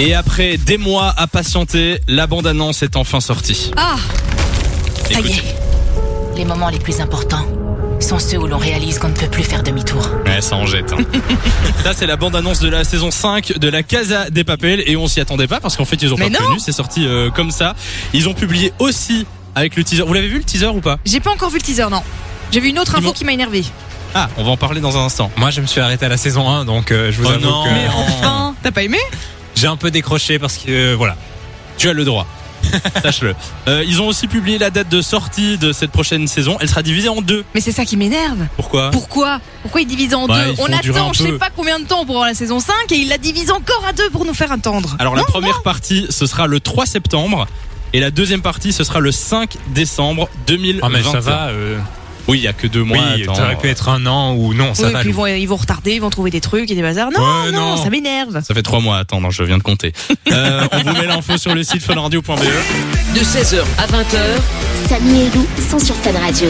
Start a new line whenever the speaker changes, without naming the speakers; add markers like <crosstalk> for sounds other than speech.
Et après des mois à patienter, la bande-annonce est enfin sortie.
Ah
Ça y
Écoutez.
est, les moments les plus importants sont ceux où l'on réalise qu'on ne peut plus faire demi-tour.
Ouais, ça en jette. hein. Là, c'est la bande-annonce de la saison 5 de la Casa des Papel et on s'y attendait pas parce qu'en fait, ils ont
Mais
pas
non.
prévenu, c'est sorti euh, comme ça. Ils ont publié aussi avec le teaser. Vous l'avez vu le teaser ou pas
J'ai pas encore vu le teaser, non. J'ai vu une autre info
Dis-moi.
qui m'a énervé.
Ah, on va en parler dans un instant.
Moi, je me suis arrêté à la saison 1, donc euh, je vous
Oh
avoue
non.
que
Mais
Enfin, t'as pas aimé
j'ai un peu décroché parce que euh, voilà.
Tu as le droit. Sache-le. Euh, ils ont aussi publié la date de sortie de cette prochaine saison. Elle sera divisée en deux.
Mais c'est ça qui m'énerve.
Pourquoi
Pourquoi Pourquoi ils divisent en
Hein Bah,
deux
ils
On
font durer
attend
un
je
peu.
sais pas combien de temps pour avoir la saison 5 et ils la divisent encore à deux pour nous faire attendre.
Alors la première partie, ce sera le 3 septembre. Et la deuxième partie, ce sera le 5 décembre 2021.
Ah, mais ça va. euh,
Oui, il y a que deux mois.
oui,
attends.
ça aurait pu être un an ou non, ça
Oui,
va.
puis ils
Lou.
vont, ils vont retarder, ils vont trouver des trucs et des bazars. Non,
Ouais,
non,
non.
ça m'énerve.
Ça fait trois mois, attends, non, je viens de
<laughs>
compter. Euh, on vous met l'info sur le site E. funradio.be.
Samy et Lou sont sur Fan Radio.